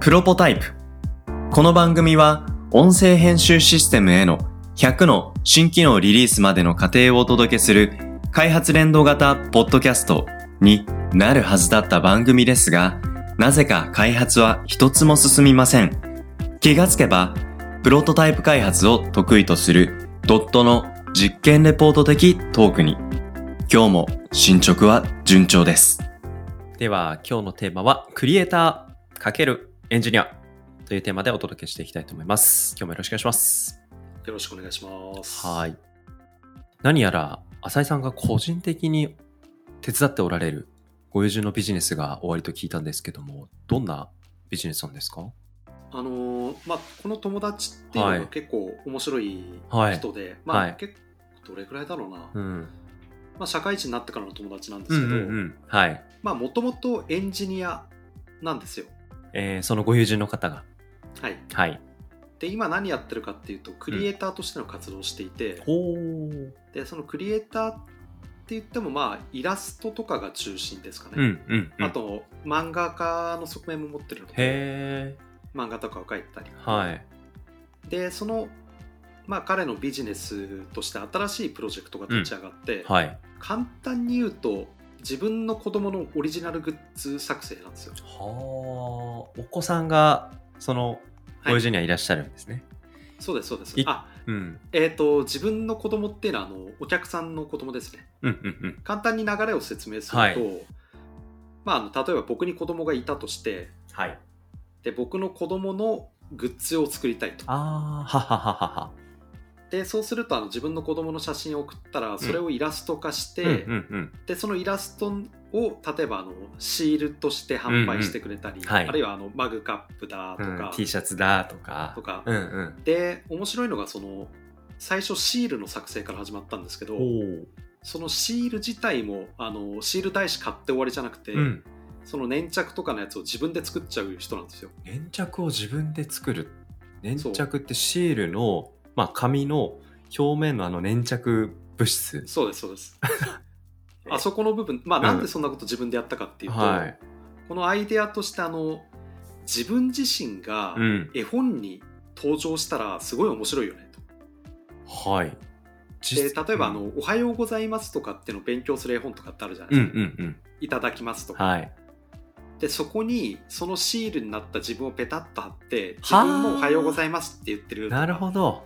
プロポタイプ。この番組は音声編集システムへの100の新機能リリースまでの過程をお届けする開発連動型ポッドキャストになるはずだった番組ですが、なぜか開発は一つも進みません。気がつけば、プロトタイプ開発を得意とするドットの実験レポート的トークに。今日も進捗は順調です。では今日のテーマはクリエイター×エンジニアというテーマでお届けしていきたいと思います。今日もよろしくお願いします。よろしくお願いします。はい。何やら浅井さんが個人的に手伝っておられるご友人のビジネスが終わりと聞いたんですけども、どんなビジネスなんですかあのーまあ、この友達っていうのははい結構面白いはい人で、まあ、はい結構どれくらいだろうな、うん。まあ、社会人になってからの友達なんでうんうすけんど、うん。はい。まあ、もともとエンジニアなんですよ。えーそのご友人の方が。はい。はい。で、今何やってるかっていうと、クリエイターとしての活動をしていて、ほー。で、そのクリエイターって言っても、まあ、イラストとかが中心ですかね。うんうん、うん。あ。と、漫画家の側面も持ってるので、へー。漫画とかを描いたり。はい。でその、まあ、彼のビジネスとして新しいプロジェクトが立ち上がって、はい。簡単に言うと自分の子供のオリジナルグッズ作成なんですよ。はー。お子さんが、その、ごは友い、人にはいらっしゃるんですね。そうですそうですい。あうん。えっ、と自分の子供っていうのはあのお客さんの子供ですね。うんうんうん。簡単に流れを説明すると、はいまあ、あの例えば僕に子供がいたとしてはい。で僕の子供のグッズを作りたいと。ああ、ははははは。でそうするとあの自分の子供の写真を送ったらそれをイラスト化して。うんうんうん。でそのイラストを例えばあのシールとして販売してくれたり、んはいあるいはあのマグカップだとうんか、 T シャツだとか。とかうんうん。で面白いのがその最初シールの作成から始まったんですけどお。そのシール自体もあのシール台紙買って終わりじゃなくて、うん。その粘着とかのやつを自分で作っちゃう人なんですよ粘着を自分で作る。粘着ってシールの、まあ紙の表面のあの粘着物質。そうですそうです あそこの部分まあうんなんでそんなこと自分でやったかっていうと、はい。このアイデアとしてあの自分自身がうん。絵本に登場したらすごい面白いよねと。はい。実で例えばあの、、おはようございます」とかっていうのを勉強する絵本とかってあるじゃないうんうですんか「うん。いただきます」とか、はい。でそこにそのシールになった自分をペタッと貼って自はー分も「おはようございます」って言ってるとかなるほど。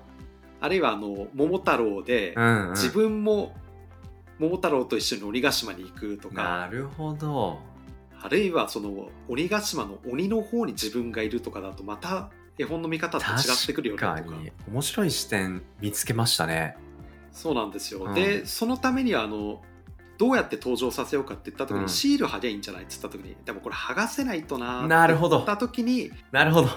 あるいはあの「桃太郎で」うん、うん。自分も桃太郎と一緒に鬼ヶ島に行くとかなるほど。あるいはその鬼ヶ島の鬼の方に自分がいるとかだとまた絵本の見方って違ってくるよねとか確かに。面白い視点見つけましたね。そうなんですよ、うんでそのためにはあのどうやって登場させようかって言った時に、うんシール貼りゃいいんじゃないって言った時にでもこれ剥がせないとななるほどって言った時になるほど。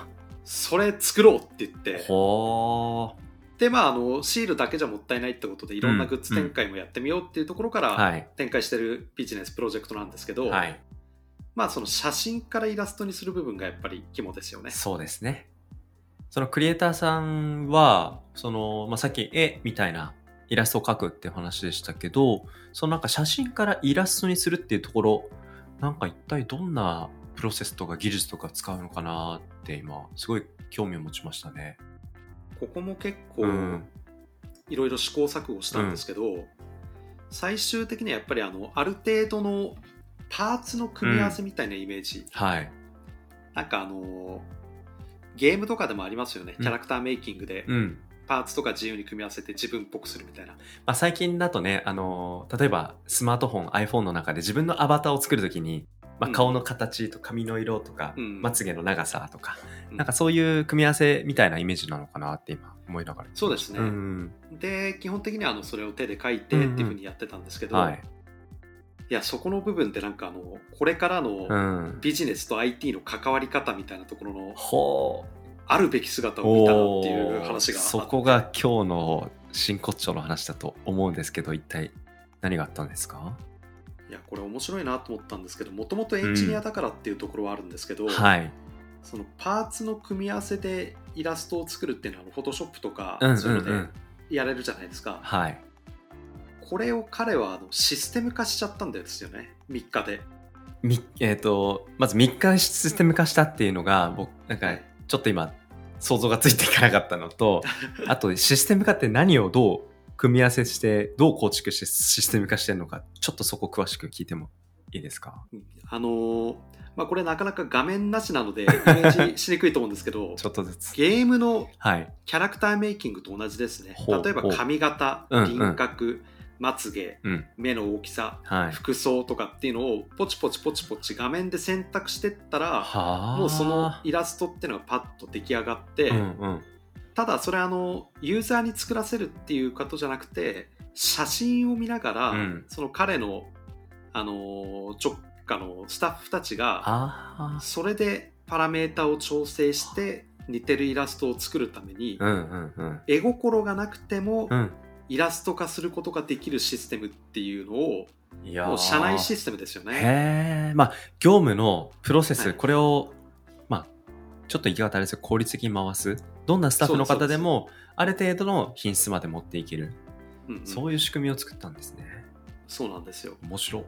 それ作ろうって言ってほでまああのシールだけじゃもったいないってことでいろんなグッズ展開もやってみようっていうところかー。らはい。展開してるビジネスプロジェクトなんですけど、はい。まあその写真からイラストにする部分がやっぱり肝ですよねそうですね。そのクリエイターさんは、その、まあ、さっき絵みたいなイラストを描くっていう話でしたけど、そのなんか写真からイラストにするっていうところ、なんか一体どんなプロセスとか技術とか使うのかなって今、すごい興味を持ちましたね。ここも結構うん。いろいろ試行錯誤したんですけど、最終的にはやっぱりあのある程度のパーツの組み合わせみたいなイメージ、はい。なんかあのゲームとかでもありますよね、うんキャラクターメイキングでうん。パーツとか自由に組み合わせて自分っぽくするみたいな、まあ、最近だとね、あのー例えばスマートフォン、iPhone の中で自分のアバターを作るときに、まあ、うん顔の形と髪の色とか、うんまつげの長さとか、うんなんかそういう組み合わせみたいなイメージなのかなって今思いながら。そうですね、うん。で基本的にはあのそれを手で書いてっていうふうにやってたんですけど、はいい。、やそこの部分でなんかあのこれからのうん。ビジネスと IT の関わり方みたいなところのほあるべき姿う。を見たなっていう話があっそこが今日の真骨頂の話だと思うんですけど、一体何があったんですかいやこれ面白いなと思ったんですけどもともとエンジニアだからっていうところはあるんですけど、はい。そのパーツの組み合わせでイラストを作るっていうのはフォトショップとかうんうそういんううのでん。やれるじゃないですか、はい。これを彼はあのシステム化しちゃったんですよね3日でみえっ、と、まず3日システム化したっていうのが、僕、なんか、ちょっと今、想像がついていかなかったの と、あと、システム化って何をどう組み合わせして、どう構築してシステム化してるのか、ちょっとそこ詳しく聞いてもいいですかあのーまあ、これなかなか画面なしなのでイメージしにくいと思うんですけ どちょっとずつ。ゲームのはい。キャラクターメイキングと同じですねほう例えば髪型ほう輪郭まつげうん。目の大きさはい。服装とかっていうのをポチポチポチポチ画面で選択してったらはあ。もうそのイラストっていうのがパッと出来上がって、うんうん。ただそれあのユーザーに作らせるっていうことじゃなくて写真を見ながら、うんその彼のあのー直下のスタッフたちがああ。それでパラメータを調整して似てるイラストを作るために、うんうんうん。絵心がなくてもうん。イラスト化することができるシステムっていうのをいやーもう社内システムですよね。へえ、まあ、業務のプロセス、はいこれを、まあ、ちょっと言い方あれですけど、効率的に回す。どんなスタッフのそうで方すでも、ある程度の品質まで持っていける。うんうんそういう仕組みを作ったんですね。そうなんですよ面白い。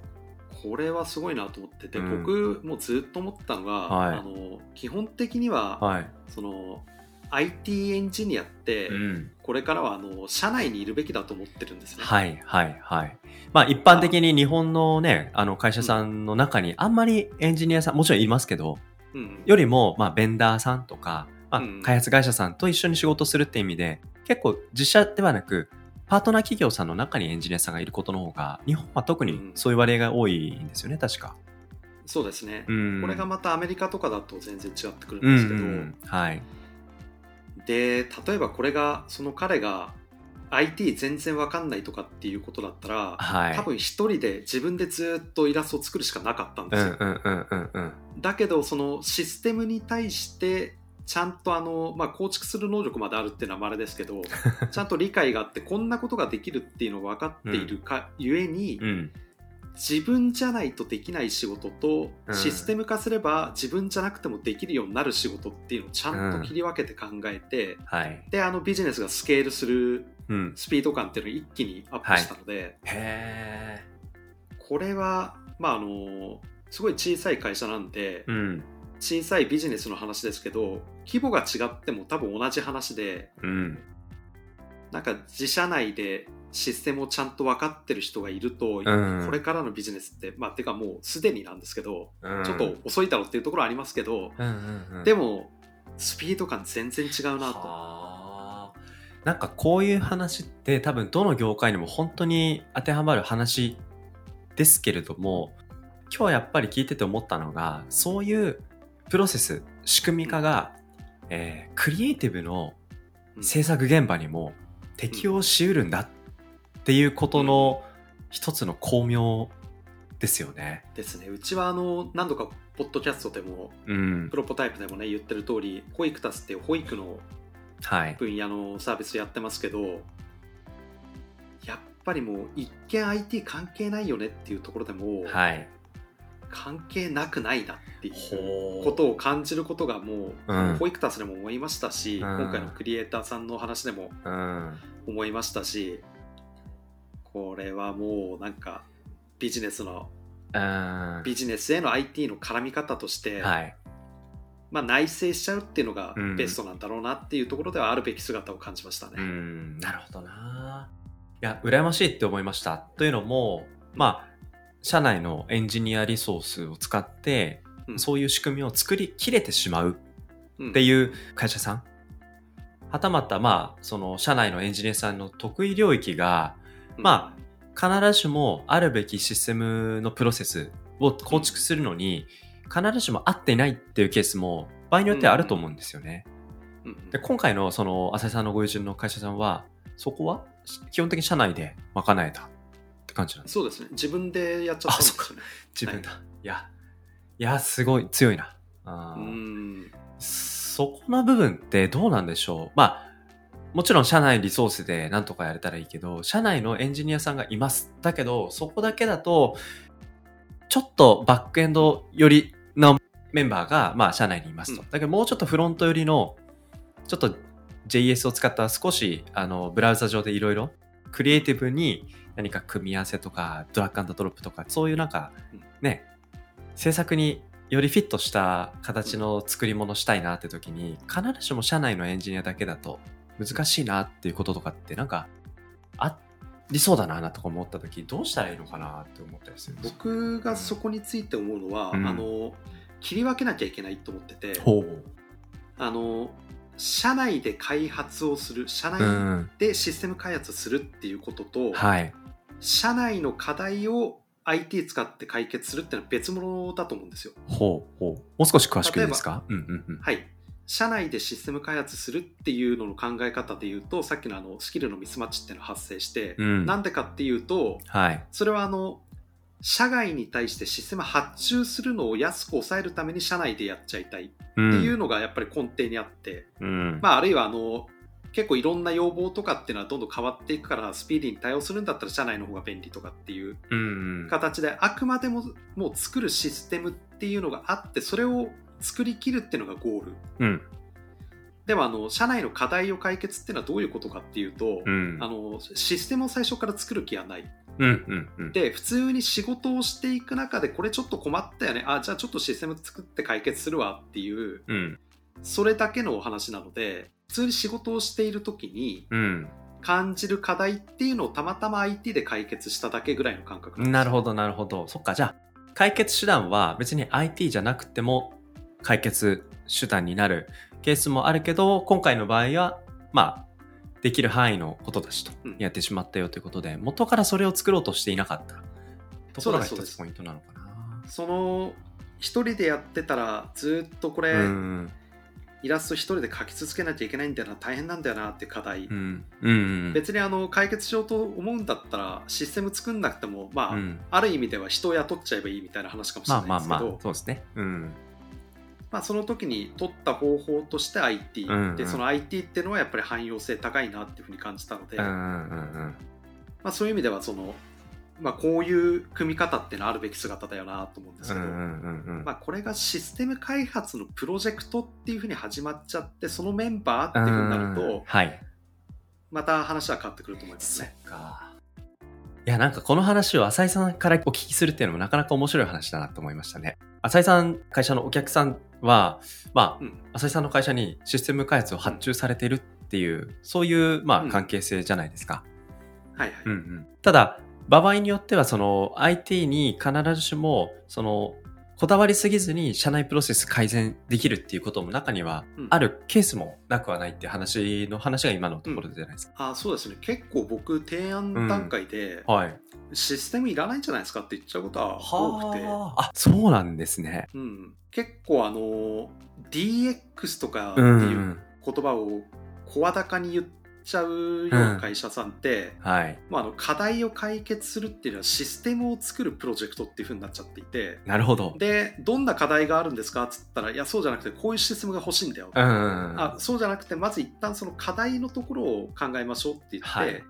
これはすごいなと思ってて、うん僕もうずっと思ってたのが、はいあの基本的には、はい。その IT エンジニアって、うん。これからはあの社内にいるべきだと思ってるんですね。はい、はい、はい。まあ、一般的に日本のね、あの、会社さんの中に、あんまりエンジニアさん、もちろんいますけど、うん、よりも、まあ、ベンダーさんとか、まあうん、開発会社さんと一緒に仕事するって意味で、結構自社ではなく、パートナー企業さんの中にエンジニアさんがいることの方が、日本は特にそういう割合が多いんですよね、確か。そうですね、うん。これがまたアメリカとかだと全然違ってくるうんんでうすけど、ん、はい。で例えばこれがその彼が IT 全然わかんないとかっていうことだったら、はい。多分一人で自分でずっとイラストを作るしかなかったんでうんすうよ。んうんうんうん。だけどそのシステムに対してちゃんとあの、まあ、構築する能力まであるっていうのはまれですけ どちゃんと理解があってこんなことができるっていうのが分かっているか、ゆえに、うん。自分じゃないとできない仕事と、うんシステム化すれば自分じゃなくてもできるようになる仕事っていうのをちゃんと切り分けて考えて、はい。であのビジネスがスケールするうん。スピード感っていうのを一気にアップしたので、へこれはまああのすごい小さい会社なんで、ーうん。小さいビジネスの話ですけど規模が違っても多分同じ話でうん。なんか自社内でシステムをちゃんと分かってる人がいると、うんこれからのビジネスってまあてかもうすでになんですけど、うんちょっと、遅いだろうっていうところはありますけど、うんうんうん。でもスピード感全然違うなと。はあなんかこういう話って多分どの業界にも本当に当てはまる話ですけれども今日やっぱり聞いてて思ったのがそういうプロセス仕組み化が、えークリエイティブのうん制作現場にも適応しうるんだっていうことの一つの巧妙ですよね。ですねうちはあの何度かポッドキャストでもうんプ。ロポタイプでもね言ってる通り保育タスっていう保育のはい。分野のサービスやってますけどやっぱりもう一見 IT 関係ないよねっていうところでも、はい。関係なくないなっていうほことを感じることがもう、うん保育タスでも思いましたし、ん今回のクリエイターさんの話でもうん。思いましたしこれはもうなんかビジネスのうん。ビジネスへの IT の絡み方として、はい。まあ、内省しちゃうっていうのがうんベストなんだろうなっていうところではあるべき姿を感じましたね。うん、なるほどな。いや、羨ましいって思いました。というのも、まあ、社内のエンジニアリソースを使って、うんそういう仕組みを作りきれてしまううんっていう会社さん。はたまた、まあ、その、社内のエンジニアさんの得意領域が、まあ必ずしもあるべきシステムのプロセスを構築するのに、必ずしも合っていないっていうケースも、場合によってはあると思うんですよね。うんうんで今回のその浅井さんのご友人の会社さんはそこはし基本的に社内で賄えたって感じなんですそうですね自分でやっちゃったんですあそよね。自分だ、い、やいやすごい強いなあうーんそこの部分ってどうなんでしょうまあもちろん社内リソースで何とかやれたらいいけど社内のエンジニアさんがいますだけどそこだけだとちょっとバックエンド寄りのメンバーがまあ社内にいますと、うだけどもうちょっとフロント寄りのちょっと JS を使った少しあのブラウザ上でいろいろクリエイティブに何か組み合わせとかドラッグアンドドロップとかそういうなんかうんね制作によりフィットした形の作り物したいなって時に必ずしも社内のエンジニアだけだと難しいなっていうこととかってなんかありそうだななとか思った時どうしたらいいのかなって思ったりするんですよ僕がそこについて思うのは、うんあの切り分けなきゃいけないと思っててほうあの社内で開発をする社う内んでシステム開発するっていうことと、はい社内の課題を IT 使って解決するってのは別物だと思うんですよ。ほうほうもう少し詳しくいいですかうんうんうんはい社内でシステム開発するっていうのの考え方で言うとさっきのあのスキルのミスマッチっていうのが発生して、うんなんでかっていうとはいそれはあの社外に対してシステム発注するのを安く抑えるために社内でやっちゃいたいってっていううのがやっぱり根底にあって、んまあ、あるいはあの結構いろんな要望とかっていうのはどんどん変わっていくからスピーディーに対応するんだったら社内の方が便利とかっていううんうん形であくまでももう作るシステムっていうのがあってそれを作りきるっていうのがゴールうんでもあの社内の課題を解決っていうのはどういうことかっていうと、うんあのシステムを最初から作る気はないうんうんうんで普通に仕事をしていく中でこれちょっと困ったよねあじゃあちょっとシステム作って解決するわっていううんそれだけのお話なので普通に仕事をしている時にうん感じる課題っていうのをたまたま IT で解決しただけぐらいの感覚んですなるほど、なるほど。そっか、じゃあ、解決手段は別に IT じゃなくても解決手段になるケースもあるけど、今回の場合は、まあ、できる範囲のことだしとうんやってしまったよということで、元からそれを作ろうとしていなかったところが一そうですそうでつすポイントなのかな。その一人でやってたらずっとこれ、うんイラスト一人で描き続けなきゃいけないんだよな大変なんだよなって課題、うんうん別にあの解決しようと思うんだったらシステム作んなくてもまあ、うんある意味では人を雇っちゃえばいいみたいな話かもしれまなあいまあですけまあど、そうですね。うんまあ、その時に取った方法として IT、うんうんでその IT っていうのはやっぱり汎用性高いなっていうふうに感じたので、うんうまんうんあ、そういう意味ではその、まあ、こういう組み方っていうのはあるべき姿だよなと思うんですうんうけんど、うんうんまあ、これがシステム開発のプロジェクトっていうふうに始まっちゃってそのメンバーっていうふうになるうんとはい。また話は変わってくると思いますそっね。か。いや、なんかこの話を浅井さんからお聞きするっていうのもなかなか面白い話だなと思いましたね。浅井さん、会社のお客さんは、まあ、うん浅井さんの会社にシステム開発を発注されてるっていう、そういう、まうあ、ん関係性じゃないですか。はいはい、うんうんただ、場合によっては、その、IT に必ずしも、その、こだわりすぎずに社内プロセス改善できるっていうことも中にはうんあるケースもなくはないっていう話の話が今のところじゃないですか。あそうですね結構僕提案段階で、はい。システムいらないんじゃないですかって言っちゃうことは多くて、はああそうなんですね。うん、結構あの DX とかってう。いうん言葉を声高に言っちゃうような会社さんって、はい。まあ、あの課題を解決するっていうのはシステムを作るプロジェクトっていうふうになっちゃっていて。なるほど。でどんな課題があるんですかっつったらいやそうじゃなくてこういうシステムが欲しいんだよ、うんうんうん。あそうじゃなくてまず一旦その課題のところを考えましょうって言って、はい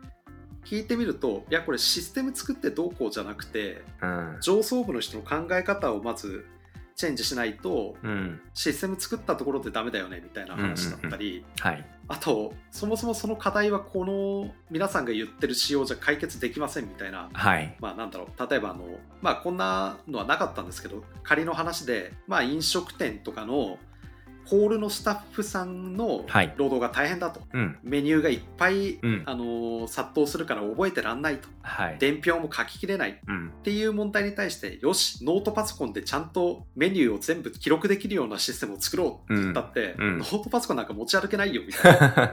聞いてみるといやこれシステム作ってどうこうじゃなくてうん。上層部の人の考え方をまずチェンジしないとうん。システム作ったところでダメだよねみたいな話だったり、はい。あとそもそもその課題はこの皆さんが言ってる仕様じゃ解決できませんみたいなはい。まあ、なんだろう例えばあの、まあ、こんなのはなかったんですけど仮の話で、まあ、飲食店とかのホールのスタッフさんのはい労働が大変だと、うん。メニューがいっぱい、うんあのー殺到するから覚えてらんないとはい。伝票も書ききれないっうん。ていう問題に対してよしノートパソコンでちゃんとメニューを全部記録できるようなシステムを作ろうって 言ったって、うんうんノートパソコンなんか持ち歩けないよみたいな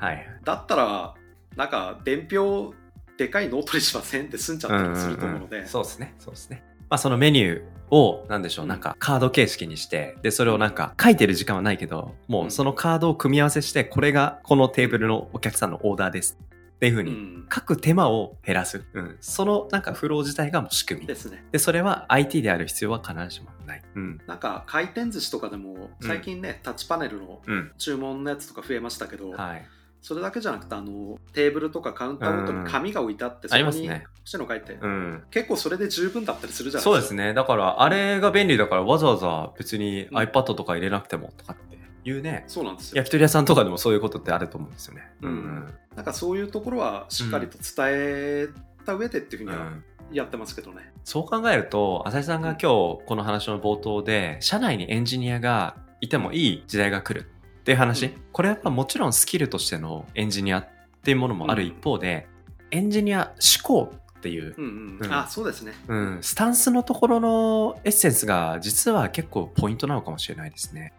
はい。だったらなんか伝票でかいノートにしませんって済んじゃったりすると思うので。そうですね。そうですね。まあそのメニューを、なんでしょう、うんなんかカード形式にして、で、それをなんか書いてる時間はないけど、もうそのカードを組み合わせして、これがこのテーブルのお客さんのオーダーです。っていうふううに、ん書く手間を減らす。うん。そのなんかフロー自体がもう仕組みで。すね。で、それは IT である必要は必ずしもない。うん。なんか回転寿司とかでも最近ね、タッチパネルのうん。注文のやつとか増えましたけど、はい。それだけじゃなくてあのテーブルとかカウンターごとに紙が置いてあって、んそありこますにね欲しいの書いて、うん。結構それで十分だったりするじゃないそうでですすか。ね。だから、あれが便利だから、わざわざ別に iPad とか入れなくてもとかっていうね。そうなんですよ焼き鳥屋さんとかでもそういうことってあると思うんですよね。うんなんかそういうところはしっかりと伝えた上でっていうふううん。にはやってますけどね。そう考えると、浅井さんが今日この話の冒頭で、社内にエンジニアがいてもいい時代が来るっていう話、うんこれはやっぱもちろんスキルとしてのエンジニアっていうものもある一方で、エンジニア思考っていう、うんうん。うんあ、そうですね。うん、スタンスのところのエッセンスが実は結構ポイントなのかもしれないですね。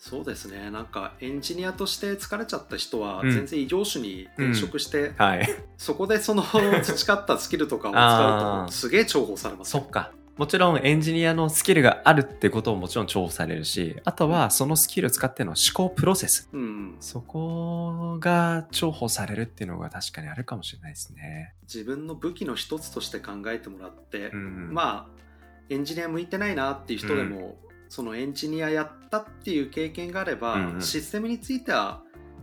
そうですね。なんかエンジニアとして疲れちゃった人は、うん全然異業種に転職して、はい。そこでその培ったスキルとかを使うあーと、すげえ重宝されま すそね、っか。もちろんエンジニアのスキルがあるってことももちろん重宝されるし、あとはそのスキルを使っての思考プロセス。うんうん。そこが重宝されるっていうのが確かにあるかもしれないですね。自分の武器の一つとして考えてもらって、んあ、まあ、エンジニア向いてないなっていう人でも、そのエンジニアやったっていう経験があれば、うんうんシステムについては、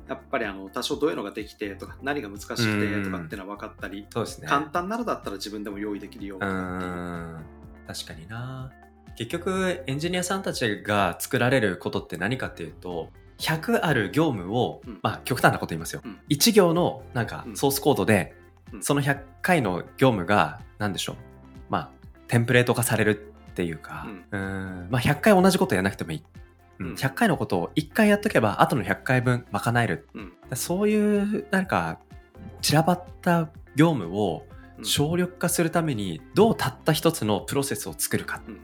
やっぱりあの多少どういうのができてとか何が難しくてとかっていうのは分かったり、そうですね。簡単なのだったら自分でも用意できるよううになっん。確かにな。結局、エンジニアさんたちが作られることって何かっていうと、100ある業務を、うんまあ極端なこと言いますよ。うん1行のなんかうんソースコードで、うんその100回の業務が何でしょう。まあ、テンプレート化されるっていうか、うんまあ100回同じことやらなくてもいい。うんうん100回のことを1回やっとけば、後の100回分賄えるていうそういうなんか散らばった業務をうん省力化するためにどうたった一つのプロセスを作るかうんっ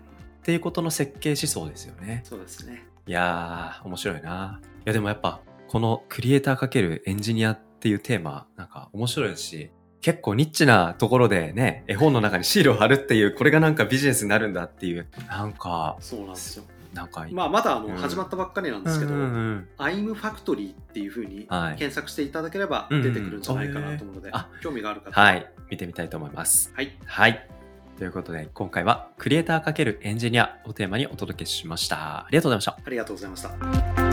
ていうことの設計思想ですよね。そうですね。いやー面白いな。いやでもやっぱこのクリエイター×エンジニアっていうテーマなんか面白いし結構ニッチなところでね絵本の中にシールを貼るっていうこれがなんかビジネスになるんだっていうなんかそうなんですよ。なんかまあ、まだあの、うん始まったばっかりなんですけど、うんうんうん I'm Factory っていうふうにはい検索していただければ出てくるんじゃないかなと思うので、うんうん興味がある方は、はい見てみたいと思います。はい、はい。ということで、今回はクリエイター×エンジニアをテーマにお届けしました。ありがとうございました。ありがとうございました。